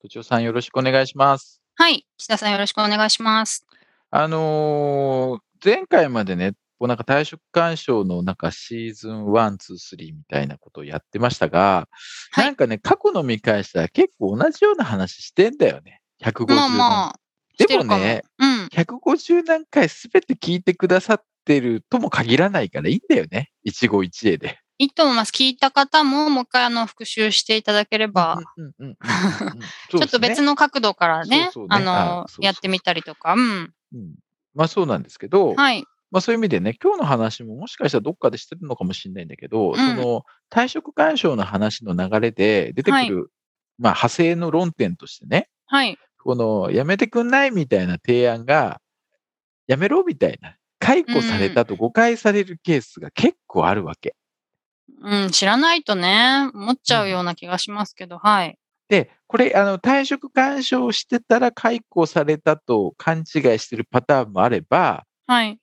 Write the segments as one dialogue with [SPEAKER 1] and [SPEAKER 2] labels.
[SPEAKER 1] 土地さん、よろしくお願いします。
[SPEAKER 2] はい岸田さんよろしくお願いします
[SPEAKER 1] あのー前回までね、こうなんか退職勧奨のなんかシーズン1、2、3みたいなことをやってましたが、
[SPEAKER 2] はい
[SPEAKER 1] なんかね、過去の見返したら結構同じような話してんだよね。150
[SPEAKER 2] もう
[SPEAKER 1] 何
[SPEAKER 2] もうして
[SPEAKER 1] で
[SPEAKER 2] る
[SPEAKER 1] も
[SPEAKER 2] か
[SPEAKER 1] ね、
[SPEAKER 2] うん
[SPEAKER 1] 150何回すべて聞いてくださってるとも限らないからいいんだよね。一期一会で。
[SPEAKER 2] いいと思います聞いた方ももう一回あの復習していただければ、
[SPEAKER 1] うんうんうんうんうん
[SPEAKER 2] ち
[SPEAKER 1] そう
[SPEAKER 2] ょっと
[SPEAKER 1] ですね
[SPEAKER 2] 別の角度からね、
[SPEAKER 1] そうそうね
[SPEAKER 2] あの
[SPEAKER 1] あそうそう
[SPEAKER 2] やってみたりとか、うん。
[SPEAKER 1] うんまあそうなんですけど、
[SPEAKER 2] はい。
[SPEAKER 1] まあ、そういう意味でね、今日の話ももしかしたらどっかでしてるのかもしれないんだけど、
[SPEAKER 2] ん
[SPEAKER 1] その退職勧奨の話の流れで出てくる、まあ、派生の論点としてね、
[SPEAKER 2] はい。
[SPEAKER 1] このやめてくんないみたいな提案が、やめろみたいな、解雇されたと誤解されるケースが結構あるわけ。
[SPEAKER 2] うん、知らないとね、思っちゃうような気がしますけど、はい。
[SPEAKER 1] で、これ、あの退職勧奨してたら解雇されたと勘違いしてるパターンもあれば、
[SPEAKER 2] はい。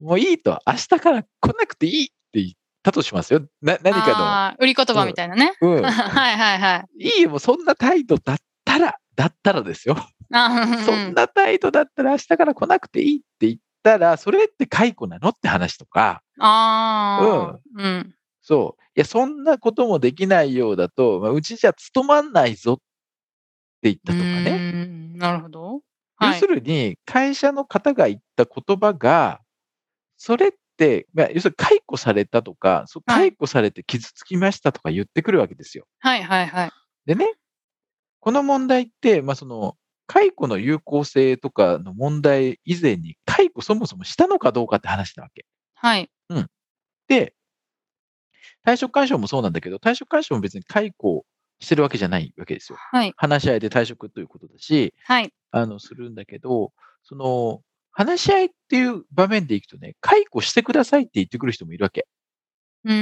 [SPEAKER 1] もういいと、明日から来なくていいって言ったとしますよ。な何か
[SPEAKER 2] あー売り言葉みたいなね。
[SPEAKER 1] の。う ん
[SPEAKER 2] はいはいはい。
[SPEAKER 1] いいよ、もうそんな態度だったら、だったらですよ。
[SPEAKER 2] あ
[SPEAKER 1] そ
[SPEAKER 2] うん
[SPEAKER 1] な態度だったら明日から来なくていいって言ったら、それって解雇なのって話とか、
[SPEAKER 2] あー。うん。
[SPEAKER 1] そう、いや、そんなこともできないようだと、まあ、うちじゃ務まんないぞって言ったとか
[SPEAKER 2] う
[SPEAKER 1] ね。
[SPEAKER 2] んなるほど。
[SPEAKER 1] 要
[SPEAKER 2] はい
[SPEAKER 1] す。るに、会社の方が言った言葉が、それって、まあ、要するに解雇されたとか、そう
[SPEAKER 2] はい
[SPEAKER 1] 解雇されて傷つきましたとか言ってくるわけですよ。
[SPEAKER 2] はいはいはい。
[SPEAKER 1] でね、この問題って、まあ、その解雇の有効性とかの問題以前に、解雇そもそもしたのかどうかって話なわけ。
[SPEAKER 2] はい。
[SPEAKER 1] で、退職勧奨もそうなんだけど、退職勧奨も別に解雇してるわけじゃないわけですよ。
[SPEAKER 2] はい。
[SPEAKER 1] 話し合いで退職ということだし、
[SPEAKER 2] はい。
[SPEAKER 1] あのするんだけど、その話し合いっていう場面でいくとね、解雇してくださいって言ってくる人もいるわけ。
[SPEAKER 2] うー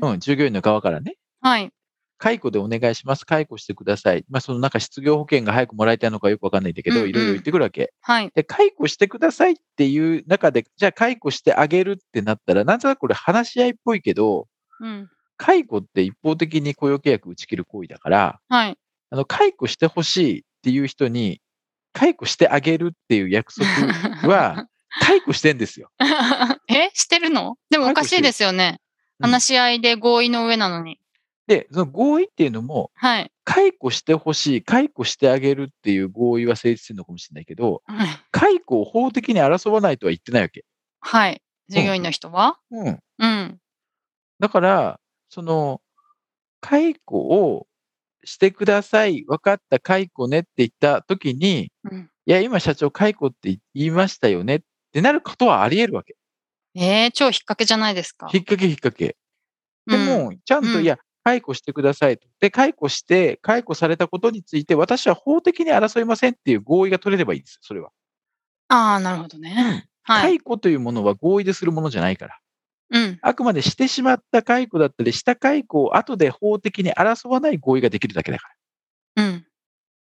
[SPEAKER 2] ん。
[SPEAKER 1] うん、従業員の側からね。
[SPEAKER 2] はい。
[SPEAKER 1] 解雇でお願いします、解雇してください。まあ、そのなんか失業保険が早くもらいたいのかよくわかんないんだけ
[SPEAKER 2] うん
[SPEAKER 1] ど、
[SPEAKER 2] うん
[SPEAKER 1] いろいろ言ってくるわけ。
[SPEAKER 2] はい。
[SPEAKER 1] で、解雇してくださいっていう中で、じゃあ解雇してあげるってなったら、なんとなくこれ話し合いっぽいけど、
[SPEAKER 2] うん。
[SPEAKER 1] 解雇って一方的に雇用契約打ち切る行為だから、
[SPEAKER 2] はい。
[SPEAKER 1] あの解雇してほしいっていう人に、解雇してあげるっていう約束、 は解雇してんですよ。
[SPEAKER 2] えしてるのでもおかしいですよね。
[SPEAKER 1] うん
[SPEAKER 2] 話し合いで合意の上なのに。
[SPEAKER 1] で、その合意っていうのも、
[SPEAKER 2] はい。
[SPEAKER 1] 解雇してほしい、解雇してあげるっていう合意は成立するのかもしれないけど、解雇を法的に争わないとは言ってないわけ。
[SPEAKER 2] はい。従業員の人は
[SPEAKER 1] うん、
[SPEAKER 2] うん。
[SPEAKER 1] だから、その、解雇をしてください、分かった、解雇ねって言った時に、
[SPEAKER 2] うん
[SPEAKER 1] いや、今、社長、解雇って言いましたよねってなることはあり得るわけ。
[SPEAKER 2] えー、超引っ掛けじゃないですか。
[SPEAKER 1] 引っ掛け、引っ掛け。
[SPEAKER 2] う
[SPEAKER 1] で
[SPEAKER 2] ん、
[SPEAKER 1] も、ちゃんと、
[SPEAKER 2] うん
[SPEAKER 1] いや、解雇してくださいと。で、解雇して、解雇されたことについて、私は法的に争いませんっていう合意が取れればいいんですよ、それは。
[SPEAKER 2] ああ、なるほどね。はい。
[SPEAKER 1] 解雇というものは合意でするものじゃないから。
[SPEAKER 2] うん。
[SPEAKER 1] あくまでしてしまった解雇だったり、した解雇を後で法的に争わない合意ができるだけだか
[SPEAKER 2] うん。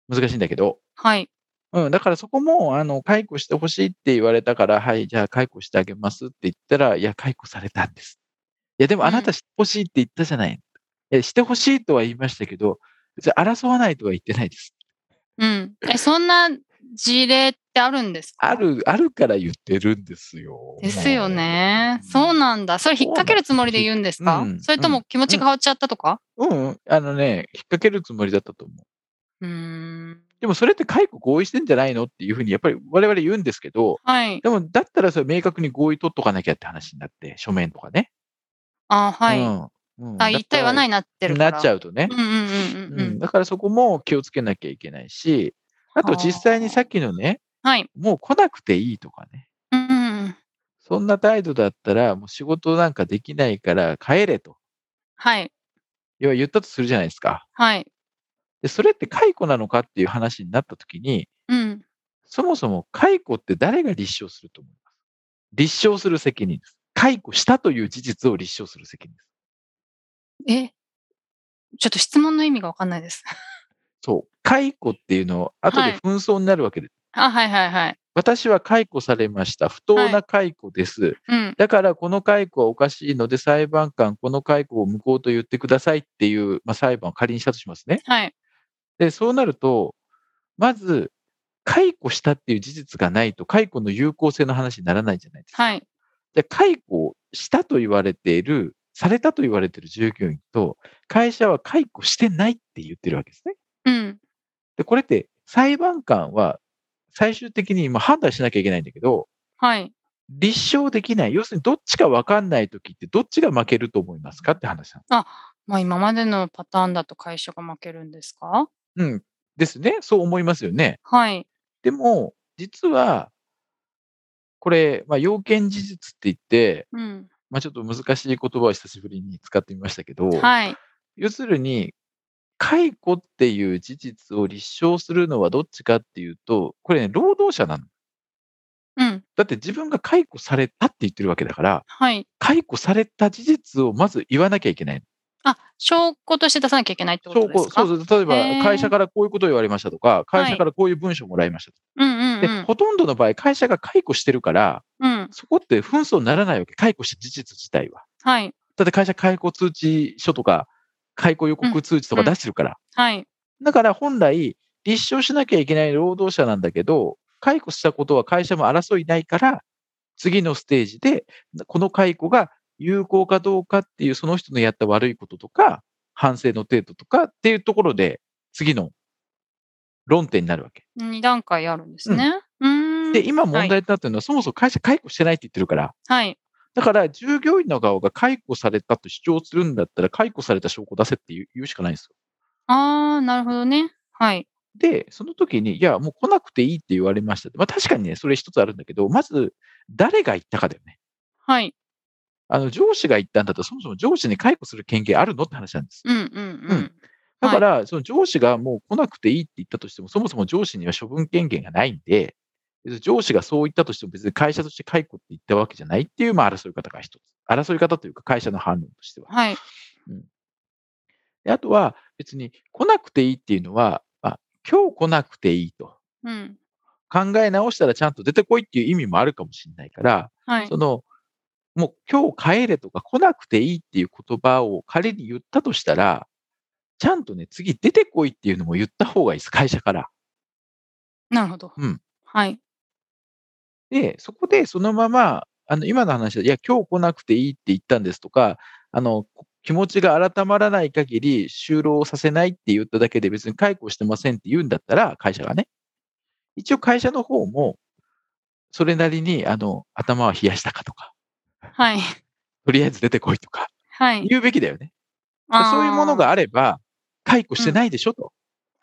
[SPEAKER 1] ら。難しいんだけど。
[SPEAKER 2] はい。
[SPEAKER 1] うん、だからそこも、あの、解雇してほしいって言われたから、はい、じゃあ解雇してあげますって言ったら、いや、解雇されたんです。いや、でも
[SPEAKER 2] うん
[SPEAKER 1] あなたしてほしいって言ったじゃない。えしてほしいとは言いましたけど、別に争わないとは言ってないです。
[SPEAKER 2] うん。え、そんな事例ってあるんですか
[SPEAKER 1] あ。る、あるから言ってるんですよ。
[SPEAKER 2] ですよね。そうなんだ。それ引っ掛けるつもりで言うんですか、
[SPEAKER 1] うん
[SPEAKER 2] それとも気持ちが変わっちゃったとか
[SPEAKER 1] もう。うんうん、あのね、引っ掛けるつもりだったと思
[SPEAKER 2] う
[SPEAKER 1] う。
[SPEAKER 2] ーん。
[SPEAKER 1] でもそれって解雇合意してんじゃないのっていうふうに、やっぱり我々言うんですけど、
[SPEAKER 2] はい。
[SPEAKER 1] でもだったらそれ明確に合意取っとかなきゃって話になって、書面とかね。
[SPEAKER 2] あーはい。
[SPEAKER 1] うんうん、
[SPEAKER 2] あ、言った言わないいなってるから。
[SPEAKER 1] なっちゃうとね。
[SPEAKER 2] うんうんうんうん
[SPEAKER 1] う、
[SPEAKER 2] うんん。
[SPEAKER 1] だからそこも気をつけなきゃいけないし、あと実際にさっきのね、
[SPEAKER 2] はい。
[SPEAKER 1] もう来なくていいとかね、
[SPEAKER 2] うんうんうん。
[SPEAKER 1] そんな態度だったら、もう仕事なんかできないから帰れと、
[SPEAKER 2] はい。
[SPEAKER 1] 要は言ったとするじゃないですか。
[SPEAKER 2] はい。
[SPEAKER 1] でで、それって解雇なのかっていう話になったときに、
[SPEAKER 2] うん。
[SPEAKER 1] そもそも解雇って誰が立証すると思います立証する責任です。解雇したという事実を立証する責任です。
[SPEAKER 2] え、ちょっと質問の意味がわかんないです。
[SPEAKER 1] そう。解雇っていうのは、後
[SPEAKER 2] はい
[SPEAKER 1] で紛争になるわけです。
[SPEAKER 2] あ、はいはいはい。
[SPEAKER 1] 私は解雇されました。不当な解雇です。
[SPEAKER 2] うん。
[SPEAKER 1] だから、この解雇はおかしいので、裁判官、この解雇を無効と言ってくださいっていう、まあ、裁判を仮にしたとしますね。
[SPEAKER 2] はい。
[SPEAKER 1] で、そうなると、まず、解雇したっていう事実がないと、解雇の有効性の話にならないじゃないですか。
[SPEAKER 2] はい。
[SPEAKER 1] で解雇したと言われている、されたと言われている従業員と、会社は解雇してないって言ってるわけですね。
[SPEAKER 2] うん。
[SPEAKER 1] で、これって裁判官は最終的にまあ判断しなきゃいけないんだけど、
[SPEAKER 2] はい。
[SPEAKER 1] 立証できない。要するにどっちか分かんないときってどっちが負けると思いますかって話なん
[SPEAKER 2] まあ今までのパターンだと会社が負けるんですか
[SPEAKER 1] うん。ですね。そう思いますよね。
[SPEAKER 2] はい。
[SPEAKER 1] でも、実は、これ、まあ、要件事実って言って、
[SPEAKER 2] うん。
[SPEAKER 1] まあ、ちょっと難しい言葉を久しぶりに使ってみましたけど、
[SPEAKER 2] はい。
[SPEAKER 1] 要するに、解雇っていう事実を立証するのはどっちかっていうと、これね、労働者なの。
[SPEAKER 2] うん。
[SPEAKER 1] だって自分が解雇されたって言ってるわけだから、
[SPEAKER 2] はい。
[SPEAKER 1] 解雇された事実をまず言わなきゃいけない。
[SPEAKER 2] あ、証拠として出さなきゃいけないってこ
[SPEAKER 1] 証
[SPEAKER 2] とで
[SPEAKER 1] 拠、
[SPEAKER 2] すか
[SPEAKER 1] そうそう、例え
[SPEAKER 2] へー
[SPEAKER 1] ば会社からこういうことを言われましたとか、会社からこういう文書をもらいましたと
[SPEAKER 2] うんうんう
[SPEAKER 1] で、
[SPEAKER 2] ん。
[SPEAKER 1] ほとんどの場合、会社が解雇してるから、
[SPEAKER 2] うん。
[SPEAKER 1] そこって紛争にならないわけ、解雇した事実自体は。
[SPEAKER 2] はい。
[SPEAKER 1] だって会社解雇通知書とか、解雇予告通知とか出してるから。
[SPEAKER 2] はい。
[SPEAKER 1] だから本来、立証しなきゃいけない労働者なんだけど、解雇したことは会社も争いないから、次のステージで、この解雇が有効かどうかっていう、その人のやった悪いこととか、反省の程度とかっていうところで、次の論点になるわけ。
[SPEAKER 2] 二段階あるんですね。うーん。
[SPEAKER 1] で、今
[SPEAKER 2] は
[SPEAKER 1] 問
[SPEAKER 2] い
[SPEAKER 1] 題になってるのは、そもそも会社解雇してないって言ってるから、
[SPEAKER 2] はい。
[SPEAKER 1] だから従業員の側が解雇されたと主張するんだったら、解雇された証拠出せって言う言うしかないんですよ。
[SPEAKER 2] ああ、なるほどね。はい。
[SPEAKER 1] で、その時に、いや、もう来なくていいって言われましたって。まあ確かにね、それ一つあるんだけど、まず、誰が言ったかだよね。
[SPEAKER 2] はい。
[SPEAKER 1] あの、上司が言ったんだったら、そもそも上司に解雇する権限あるのって話なんです。
[SPEAKER 2] うんうんう
[SPEAKER 1] うんん。だから、その上司がもう来なくていいって言ったとしても、そもそも上司には処分権限がないんで、別に上司がそう言ったとしても別に会社として解雇って言ったわけじゃないっていう、まあ争い方が一つ。争い方というか会社の反論としては。
[SPEAKER 2] はい。
[SPEAKER 1] であとは、別に来なくていいっていうのは、まあ、今日来なくていいと。
[SPEAKER 2] うん。
[SPEAKER 1] 考え直したらちゃんと出てこいっていう意味もあるかもしれないから、
[SPEAKER 2] はい
[SPEAKER 1] そ。の、もう今日帰れとか来なくていいっていう言葉を仮に言ったとしたら、ちゃんとね、次出てこいっていうのも言った方がいいです、会社から。
[SPEAKER 2] なるほど。
[SPEAKER 1] うん
[SPEAKER 2] はい。
[SPEAKER 1] で、そこでそのまま、あの、今の話で、いや、今日来なくていいって言ったんですとか、あの、こ気持ちが改まらない限り就労させないって言っただけで別に解雇してませんって言うんだったら、会社がね。一応会社の方も、それなりに、あの、頭は冷やしたかとか、
[SPEAKER 2] はい。
[SPEAKER 1] とりあえず出てこいとか、
[SPEAKER 2] はい。
[SPEAKER 1] 言うべきだよね。
[SPEAKER 2] あー
[SPEAKER 1] そういうもの。があれば、解雇してないでしょと。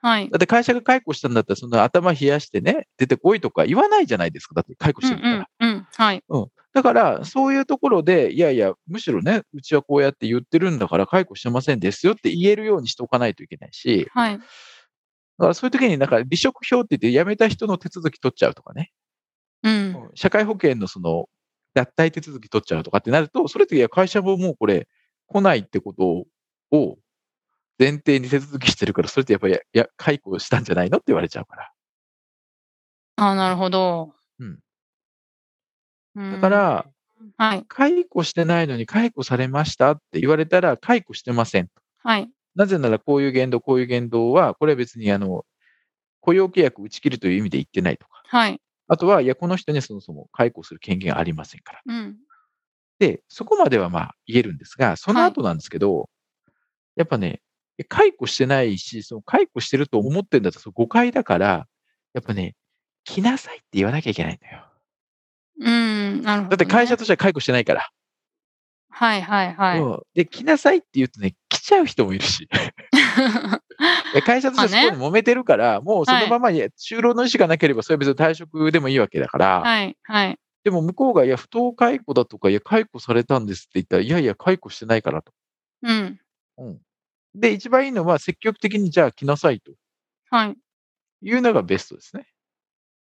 [SPEAKER 2] はい。
[SPEAKER 1] だって会社が解雇したんだったら、その頭冷やしてね、出てこいとか言わないじゃないですか。だって解雇
[SPEAKER 2] う
[SPEAKER 1] し
[SPEAKER 2] ん
[SPEAKER 1] てるんだから。
[SPEAKER 2] うんうん。はい。
[SPEAKER 1] だから、そういうところで、いやいや、むしろね、うちはこうやって言ってるんだから、解雇してませんですよって言えるようにしておかないといけないし、
[SPEAKER 2] はい。
[SPEAKER 1] だからそういう時になんか離職票って言って辞めた人の手続き取っちゃうとかね、
[SPEAKER 2] うん。
[SPEAKER 1] 社会保険のその、脱退手続き取っちゃうとかってなると、それっていや、会社ももうこれ、来ないってことを前提に手続きしてるから、それってやっぱり、いや、解雇したんじゃないのって言われちゃうから。
[SPEAKER 2] ああ、なるほど。
[SPEAKER 1] うん
[SPEAKER 2] うん。
[SPEAKER 1] だから、
[SPEAKER 2] はい。
[SPEAKER 1] 解雇してないのに解雇されましたって言われたら、解雇してません。
[SPEAKER 2] はい。
[SPEAKER 1] なぜならこういう言動、こういう言動は、これは別にあの、雇用契約打ち切るという意味で言ってないとか。
[SPEAKER 2] はい。
[SPEAKER 1] あとは、いや、この人にそもそも解雇する権限がありませんから。
[SPEAKER 2] うん。
[SPEAKER 1] で、そこまではまあ言えるんですが、その後なんですけど、やっぱね、解雇してないし、その解雇してると思ってんだったらその誤解だから、やっぱね、来なさいって言わなきゃいけないんだよ。
[SPEAKER 2] うん。なるほどね。
[SPEAKER 1] だって会社としては解雇してないから。
[SPEAKER 2] はいはいはい。
[SPEAKER 1] うんで、来なさいって言うとね、来ちゃう人もいるし。いや会社として
[SPEAKER 2] まあね
[SPEAKER 1] そこで揉めてるから、もうそのまま、いや就労の意思がなければ、それは別に退職でもいいわけだから、
[SPEAKER 2] はいはい。
[SPEAKER 1] でも向こうが、いや、不当解雇だとか、いや、解雇されたんですって言ったら、いやいや、解雇してないからと。
[SPEAKER 2] うん。
[SPEAKER 1] うん、で、一番いいのは積極的にじゃあ来なさいと
[SPEAKER 2] はい。
[SPEAKER 1] いうのがベストですね。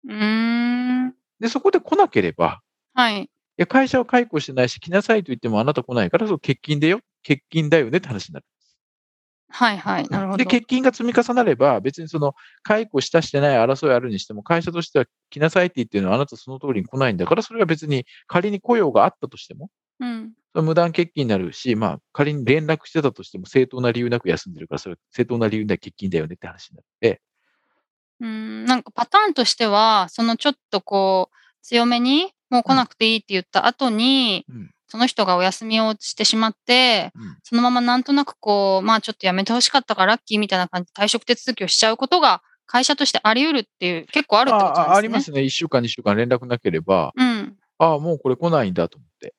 [SPEAKER 2] うーん。
[SPEAKER 1] で、そこで来なければ、
[SPEAKER 2] はい。
[SPEAKER 1] いや会社を解雇してないし、来なさいと言ってもあなた来ないから、そう欠勤だよ、欠勤だよねって話になる。
[SPEAKER 2] はいはい。なるほど。
[SPEAKER 1] で、欠勤が積み重なれば、別にその解雇したしてない争いあるにしても、会社としては来なさいって言ってるのはあなたその通りに来ないんだから、それは別に仮に雇用があったとしても、
[SPEAKER 2] うん。
[SPEAKER 1] 無断欠勤になるし、まあ、仮に連絡してたとしても正当な理由なく休んでるから、それは正当な理由で欠勤だよねって話になって、
[SPEAKER 2] うーんなんかパターンとしては、そのちょっとこう、強めに、もう来なくていいって言った後に、
[SPEAKER 1] うん
[SPEAKER 2] その人がお休みをしてしまって、
[SPEAKER 1] うん
[SPEAKER 2] そのままなんとなくこう、まあちょっとやめてほしかったからラッキーみたいな感じで退職手続きをしちゃうことが会社としてあり得るっていう、結構あるってことなんですね。
[SPEAKER 1] ああありますね。1週間、2週間連絡なければ、
[SPEAKER 2] うん。
[SPEAKER 1] ああ、もうこれ来ないんだと思って。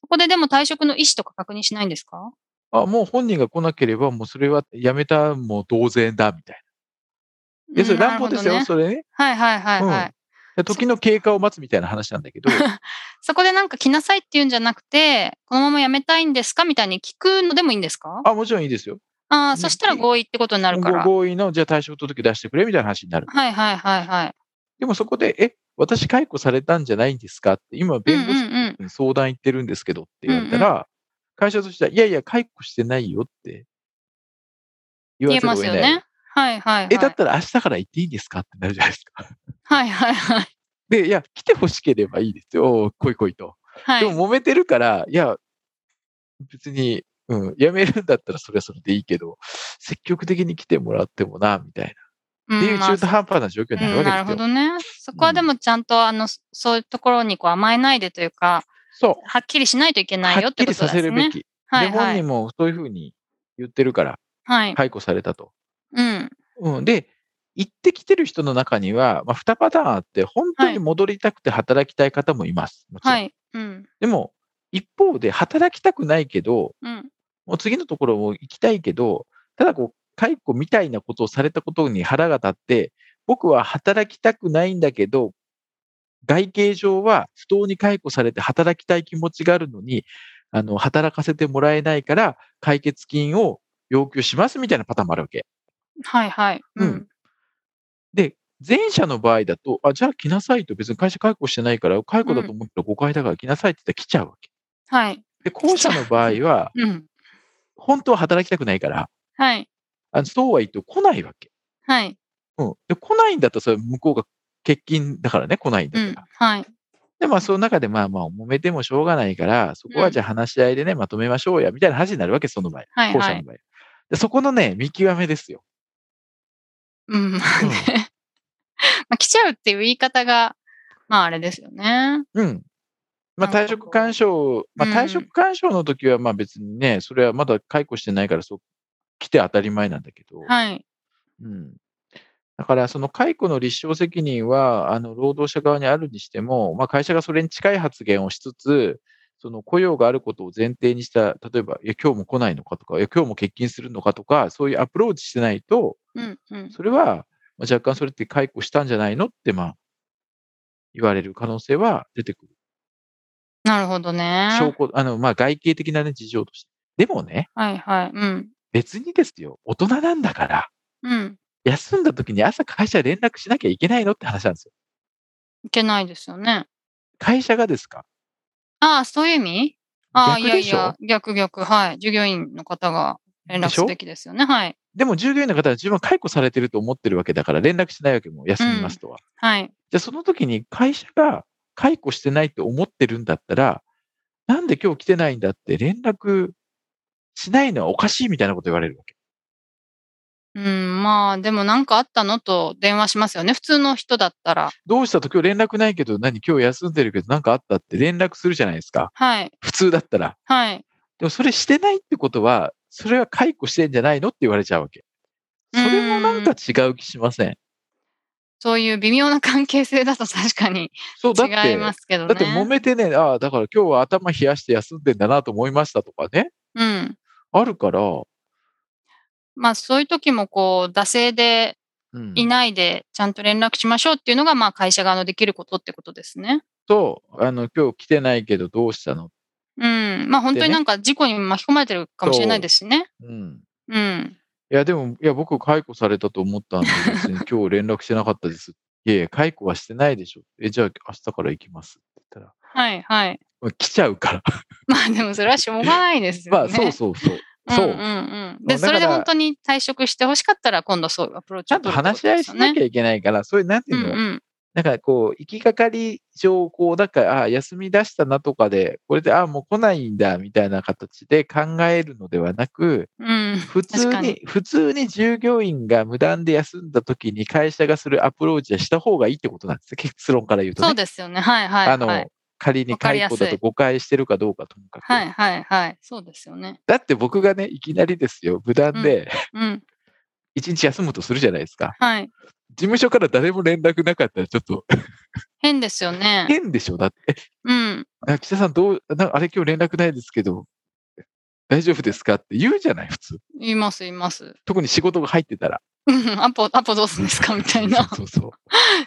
[SPEAKER 2] そこででも退職の意思とか確認しないんですか
[SPEAKER 1] あもう本人が来なければ、もうそれはやめたも同然だ、みたいな。で、それ
[SPEAKER 2] うんな
[SPEAKER 1] 乱
[SPEAKER 2] るほ
[SPEAKER 1] 暴で
[SPEAKER 2] ど
[SPEAKER 1] すよ、
[SPEAKER 2] ね。
[SPEAKER 1] それね。
[SPEAKER 2] はいはいはいはい。
[SPEAKER 1] うんで時の経過を待つみたいな話なんだけど、
[SPEAKER 2] そこでなんか来なさいって言うんじゃなくて、このまま辞めたいんですかみたいに聞くのでもいいんですか
[SPEAKER 1] あ、もちろんいいですよ。
[SPEAKER 2] ああ、そしたら合意ってことになるから。
[SPEAKER 1] ご合意の、じゃあ退職届出してくれ、みたいな話になる。
[SPEAKER 2] はいはいはいはい。
[SPEAKER 1] でもそこで、え、私解雇されたんじゃないんですかって、今弁護
[SPEAKER 2] うんうん
[SPEAKER 1] 士に相談行ってるんですけどって言われたら、会社としては、いやいや、解雇してないよって言わ
[SPEAKER 2] 言え
[SPEAKER 1] ざるを
[SPEAKER 2] ます
[SPEAKER 1] 得
[SPEAKER 2] よ
[SPEAKER 1] ない。
[SPEAKER 2] ね。はいはいはい。
[SPEAKER 1] え、だったら明日から行っていいんですかってなるじゃないですか。
[SPEAKER 2] はいはいはい。
[SPEAKER 1] で、いや、来てほしければいいですよ。おー来い来いと。
[SPEAKER 2] は
[SPEAKER 1] で
[SPEAKER 2] い。
[SPEAKER 1] も揉めてるから、いや、別に、うん、辞めるんだったらそれはそれでいいけど、積極的に来てもらってもな、みたいな。
[SPEAKER 2] う
[SPEAKER 1] っていうん
[SPEAKER 2] まあ
[SPEAKER 1] 中途半端な状況になる
[SPEAKER 2] う
[SPEAKER 1] わ
[SPEAKER 2] んなる
[SPEAKER 1] けで
[SPEAKER 2] ほ
[SPEAKER 1] すよ。
[SPEAKER 2] どね。そこはでもちゃんと、あの、そそういうところにこう甘えないでというか、
[SPEAKER 1] そう。
[SPEAKER 2] はっきりしないといけないよ
[SPEAKER 1] は
[SPEAKER 2] っ
[SPEAKER 1] ってき
[SPEAKER 2] こ
[SPEAKER 1] り
[SPEAKER 2] とで
[SPEAKER 1] さ
[SPEAKER 2] すね。
[SPEAKER 1] せるべき。
[SPEAKER 2] はい
[SPEAKER 1] で、
[SPEAKER 2] は
[SPEAKER 1] 本
[SPEAKER 2] い。
[SPEAKER 1] 人もそういうふうに言ってるから、
[SPEAKER 2] はい。
[SPEAKER 1] 解雇されたと。
[SPEAKER 2] うん。
[SPEAKER 1] うん、で、行ってきてる人の中には、まあ、2パターンあって、本当に戻りたくて働きたい方もいます。もちろん
[SPEAKER 2] はい。うん。
[SPEAKER 1] でも、一方で働きたくないけど、
[SPEAKER 2] うん。
[SPEAKER 1] もう次のところも行きたいけど、ただこう、解雇みたいなことをされたことに腹が立って、僕は働きたくないんだけど、外形上は不当に解雇されて働きたい気持ちがあるのに、あの、働かせてもらえないから、解決金を要求しますみたいなパターンもあるわけ。
[SPEAKER 2] はいはい。う
[SPEAKER 1] うんん。前者の場合だと、あ、じゃあ来なさいと、別に会社解雇してないから、解雇だと思ったら誤解だから来なさいって言ったら来ちゃうわけ。
[SPEAKER 2] はい。
[SPEAKER 1] で、後者の場合 は、
[SPEAKER 2] うん。
[SPEAKER 1] 本当は働きたくないから、
[SPEAKER 2] はい。
[SPEAKER 1] あのそうは言っても来ないわけ。
[SPEAKER 2] はい。
[SPEAKER 1] うん。で、来ないんだったら、それは向こうが欠勤だからね、来ないん
[SPEAKER 2] う
[SPEAKER 1] だから。
[SPEAKER 2] ん。はい。
[SPEAKER 1] で、まあ、その中で、まあまあ、揉めてもしょうがないから、そこはじゃあ話し合いでね、まとめましょうや、みたいな話になるわけ、その場合。
[SPEAKER 2] はい
[SPEAKER 1] 後
[SPEAKER 2] は
[SPEAKER 1] 者の
[SPEAKER 2] い。
[SPEAKER 1] 場合。で、そこのね、見極め ですよ。
[SPEAKER 2] うん。まあね。まあ来ちゃうっていう言い方が、まああれですよね。
[SPEAKER 1] うん。まあ、
[SPEAKER 2] なるほど
[SPEAKER 1] 退職勧奨、まあ、
[SPEAKER 2] うん
[SPEAKER 1] 退職勧奨の時は、まあ別にね、それはまだ解雇してないから、そう、来て当たり前なんだけど。
[SPEAKER 2] はい。
[SPEAKER 1] うんだから、その解雇の立証責任は、あの労働者側にあるにしても、まあ、会社がそれに近い発言をしつつ、その雇用があることを前提にした、例えば、いや、今日も来ないのかとか、いや、今日も欠勤するのかとか、そういうアプローチしてないと、
[SPEAKER 2] うん。うん。
[SPEAKER 1] それは、まあ、若干それって解雇したんじゃないのって、まあ、言われる可能性は出てくる。
[SPEAKER 2] なるほどね。
[SPEAKER 1] 証拠、あの、まあ、外形的なね、事情として。でもね、
[SPEAKER 2] はいはい。うん。
[SPEAKER 1] 別にですよ、大人なんだから、
[SPEAKER 2] うん。
[SPEAKER 1] 休んだ時に朝会社連絡しなきゃいけないのって話なんですよ。
[SPEAKER 2] いけないですよね。
[SPEAKER 1] 会社がですか
[SPEAKER 2] ああ、そういう意味ああ、い
[SPEAKER 1] 逆
[SPEAKER 2] や
[SPEAKER 1] で
[SPEAKER 2] い
[SPEAKER 1] しょ
[SPEAKER 2] や、逆逆。はい。従業員の方が連絡
[SPEAKER 1] でしょ
[SPEAKER 2] すべきですよね。はい。
[SPEAKER 1] でも従業員の方は自分は解雇されてると思ってるわけだから連絡しないわけも休みますとは。
[SPEAKER 2] はい。
[SPEAKER 1] じゃあその時に会社が解雇してないと思ってるんだったら、なんで今日来てないんだって連絡しないのはおかしいみたいなこと言われるわけ。
[SPEAKER 2] うん、まあ、でもなんかあったのと電話しますよね。普通の人だったら。
[SPEAKER 1] どうしたと今日連絡ないけど何今日休んでるけど何かあったって連絡するじゃないですか。
[SPEAKER 2] はい。
[SPEAKER 1] 普通だったら。
[SPEAKER 2] はい。
[SPEAKER 1] でもそれしてないってことは、それは解雇してんじゃないのって言われちゃうわけ。それもなんか違う気しません。
[SPEAKER 2] そういう微妙な関係性だと 確かに
[SPEAKER 1] そう、だって。
[SPEAKER 2] 違いますけどね。
[SPEAKER 1] だって揉めてね、ああ、だから今日は頭冷やして休んでんだなと思いましたとかね、
[SPEAKER 2] うん。
[SPEAKER 1] あるから、
[SPEAKER 2] まあそういう時もこう、惰性で
[SPEAKER 1] うん
[SPEAKER 2] いないでちゃんと連絡しましょうっていうのがまあ会社側のできることってことですね。
[SPEAKER 1] と、あの、今日来てないけどどうしたの
[SPEAKER 2] うん。まあ本当になんか事故に巻き込まれてるかもしれないですしね。
[SPEAKER 1] うん。
[SPEAKER 2] うん。
[SPEAKER 1] いや、でも、いや、僕、解雇されたと思ったんで、別 に今日連絡してなかったです。いやいや、解雇はしてないでしょ。え、じゃあ、明日から行きますって言ったら
[SPEAKER 2] はいはい。
[SPEAKER 1] まあ、来ちゃうから。
[SPEAKER 2] まあでもそれはしょうがないですよね。
[SPEAKER 1] まあ、そうそうそう。そ
[SPEAKER 2] うんう
[SPEAKER 1] う。
[SPEAKER 2] んうん。で、
[SPEAKER 1] だ
[SPEAKER 2] そ
[SPEAKER 1] から
[SPEAKER 2] れで本当に退職してほしかったら、今度そういうアプロー
[SPEAKER 1] ち
[SPEAKER 2] チ
[SPEAKER 1] ゃ
[SPEAKER 2] を
[SPEAKER 1] んと
[SPEAKER 2] 取る
[SPEAKER 1] 話し合いしなき
[SPEAKER 2] ゃい
[SPEAKER 1] ゃいけないから、そういう、なんていうの、
[SPEAKER 2] うん
[SPEAKER 1] なんかこう、行きがかり上、こう、だから、あ休み出したなとかで、これで、あもう来ないんだ、みたいな形で考えるのではなく、
[SPEAKER 2] うん。うん。
[SPEAKER 1] 普通
[SPEAKER 2] 確
[SPEAKER 1] に
[SPEAKER 2] かに
[SPEAKER 1] 普通に従業員が無断で休んだ時に会社がするアプローチはした方がいいってことなんですね。 結論から言うと、ね。
[SPEAKER 2] そうですよね。はいはいはい。
[SPEAKER 1] あの、仮に
[SPEAKER 2] わかり
[SPEAKER 1] 解
[SPEAKER 2] やす
[SPEAKER 1] 雇
[SPEAKER 2] い
[SPEAKER 1] だと誤解してるかどうかともかく。
[SPEAKER 2] はいはいはい。そうですよね。
[SPEAKER 1] だって僕がね、いきなりですよ、無断で
[SPEAKER 2] うん。
[SPEAKER 1] 一日休むとするじゃないですか。
[SPEAKER 2] はい。
[SPEAKER 1] 事務所から誰も連絡なかったらちょっと
[SPEAKER 2] 変ですよね。
[SPEAKER 1] 変でしょ。だって、
[SPEAKER 2] うん。
[SPEAKER 1] えあ岸田さんどう、なあれ今日連絡ないですけど、大丈夫ですかって言うじゃない、普通。
[SPEAKER 2] いますいます。
[SPEAKER 1] 特に仕事が入ってたら。、
[SPEAKER 2] うんアポ、アポどうすんですかみたいな
[SPEAKER 1] そうそ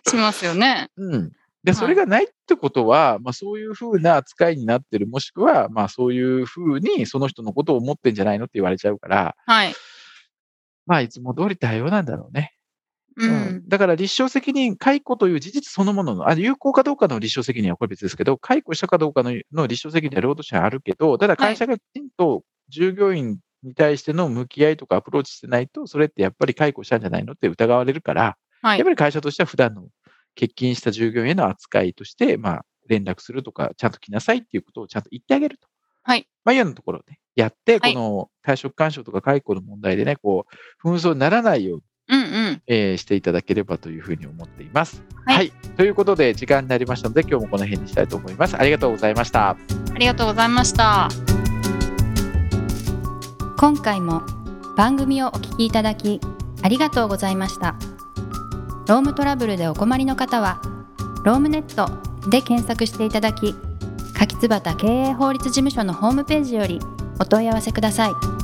[SPEAKER 1] う。
[SPEAKER 2] しますよね。
[SPEAKER 1] うん。
[SPEAKER 2] は
[SPEAKER 1] で、
[SPEAKER 2] い
[SPEAKER 1] それがないってことは、まあそういうふうな扱いになってる、もしくは、まあそういうふうにその人のことを思ってんじゃないのって言われちゃうから、
[SPEAKER 2] はい。
[SPEAKER 1] まあいつも通り対応なんだろうね。
[SPEAKER 2] う
[SPEAKER 1] うん
[SPEAKER 2] ん。
[SPEAKER 1] だから立証責任、解雇という事実そのものの、あ有効かどうかの立証責任はこれ別ですけど、解雇したかどうかのの立証責任は労働者にあるけど、ただ
[SPEAKER 2] はい
[SPEAKER 1] 会社がきちんと従業員に対しての向き合いとかアプローチしてないと、それってやっぱり解雇したんじゃないのって疑われるから、
[SPEAKER 2] は
[SPEAKER 1] やっ
[SPEAKER 2] い。
[SPEAKER 1] ぱり会社としては普段の欠勤した従業員への扱いとして、まあ、連絡するとか、ちゃんと来なさいっていうことをちゃんと言ってあげると。
[SPEAKER 2] はい。
[SPEAKER 1] まあ、いうようなところをね、やって、こ
[SPEAKER 2] はい
[SPEAKER 1] の退職勧奨とか解雇の問題でね、こう、紛争にならないよう
[SPEAKER 2] う
[SPEAKER 1] に、
[SPEAKER 2] んうん。
[SPEAKER 1] えーしていただければというふうに思っています。
[SPEAKER 2] はい
[SPEAKER 1] ということで、時間になりましたので、今日もこの辺にしたいと思います。ありがとうございました。
[SPEAKER 2] ありがとうございました。
[SPEAKER 3] 今回も番組をお聞きいただきありがとうございましたロームトラブルでお困りの方はロームネットで検索していただき柿椿経営法律事務所のホームページよりお問い合わせください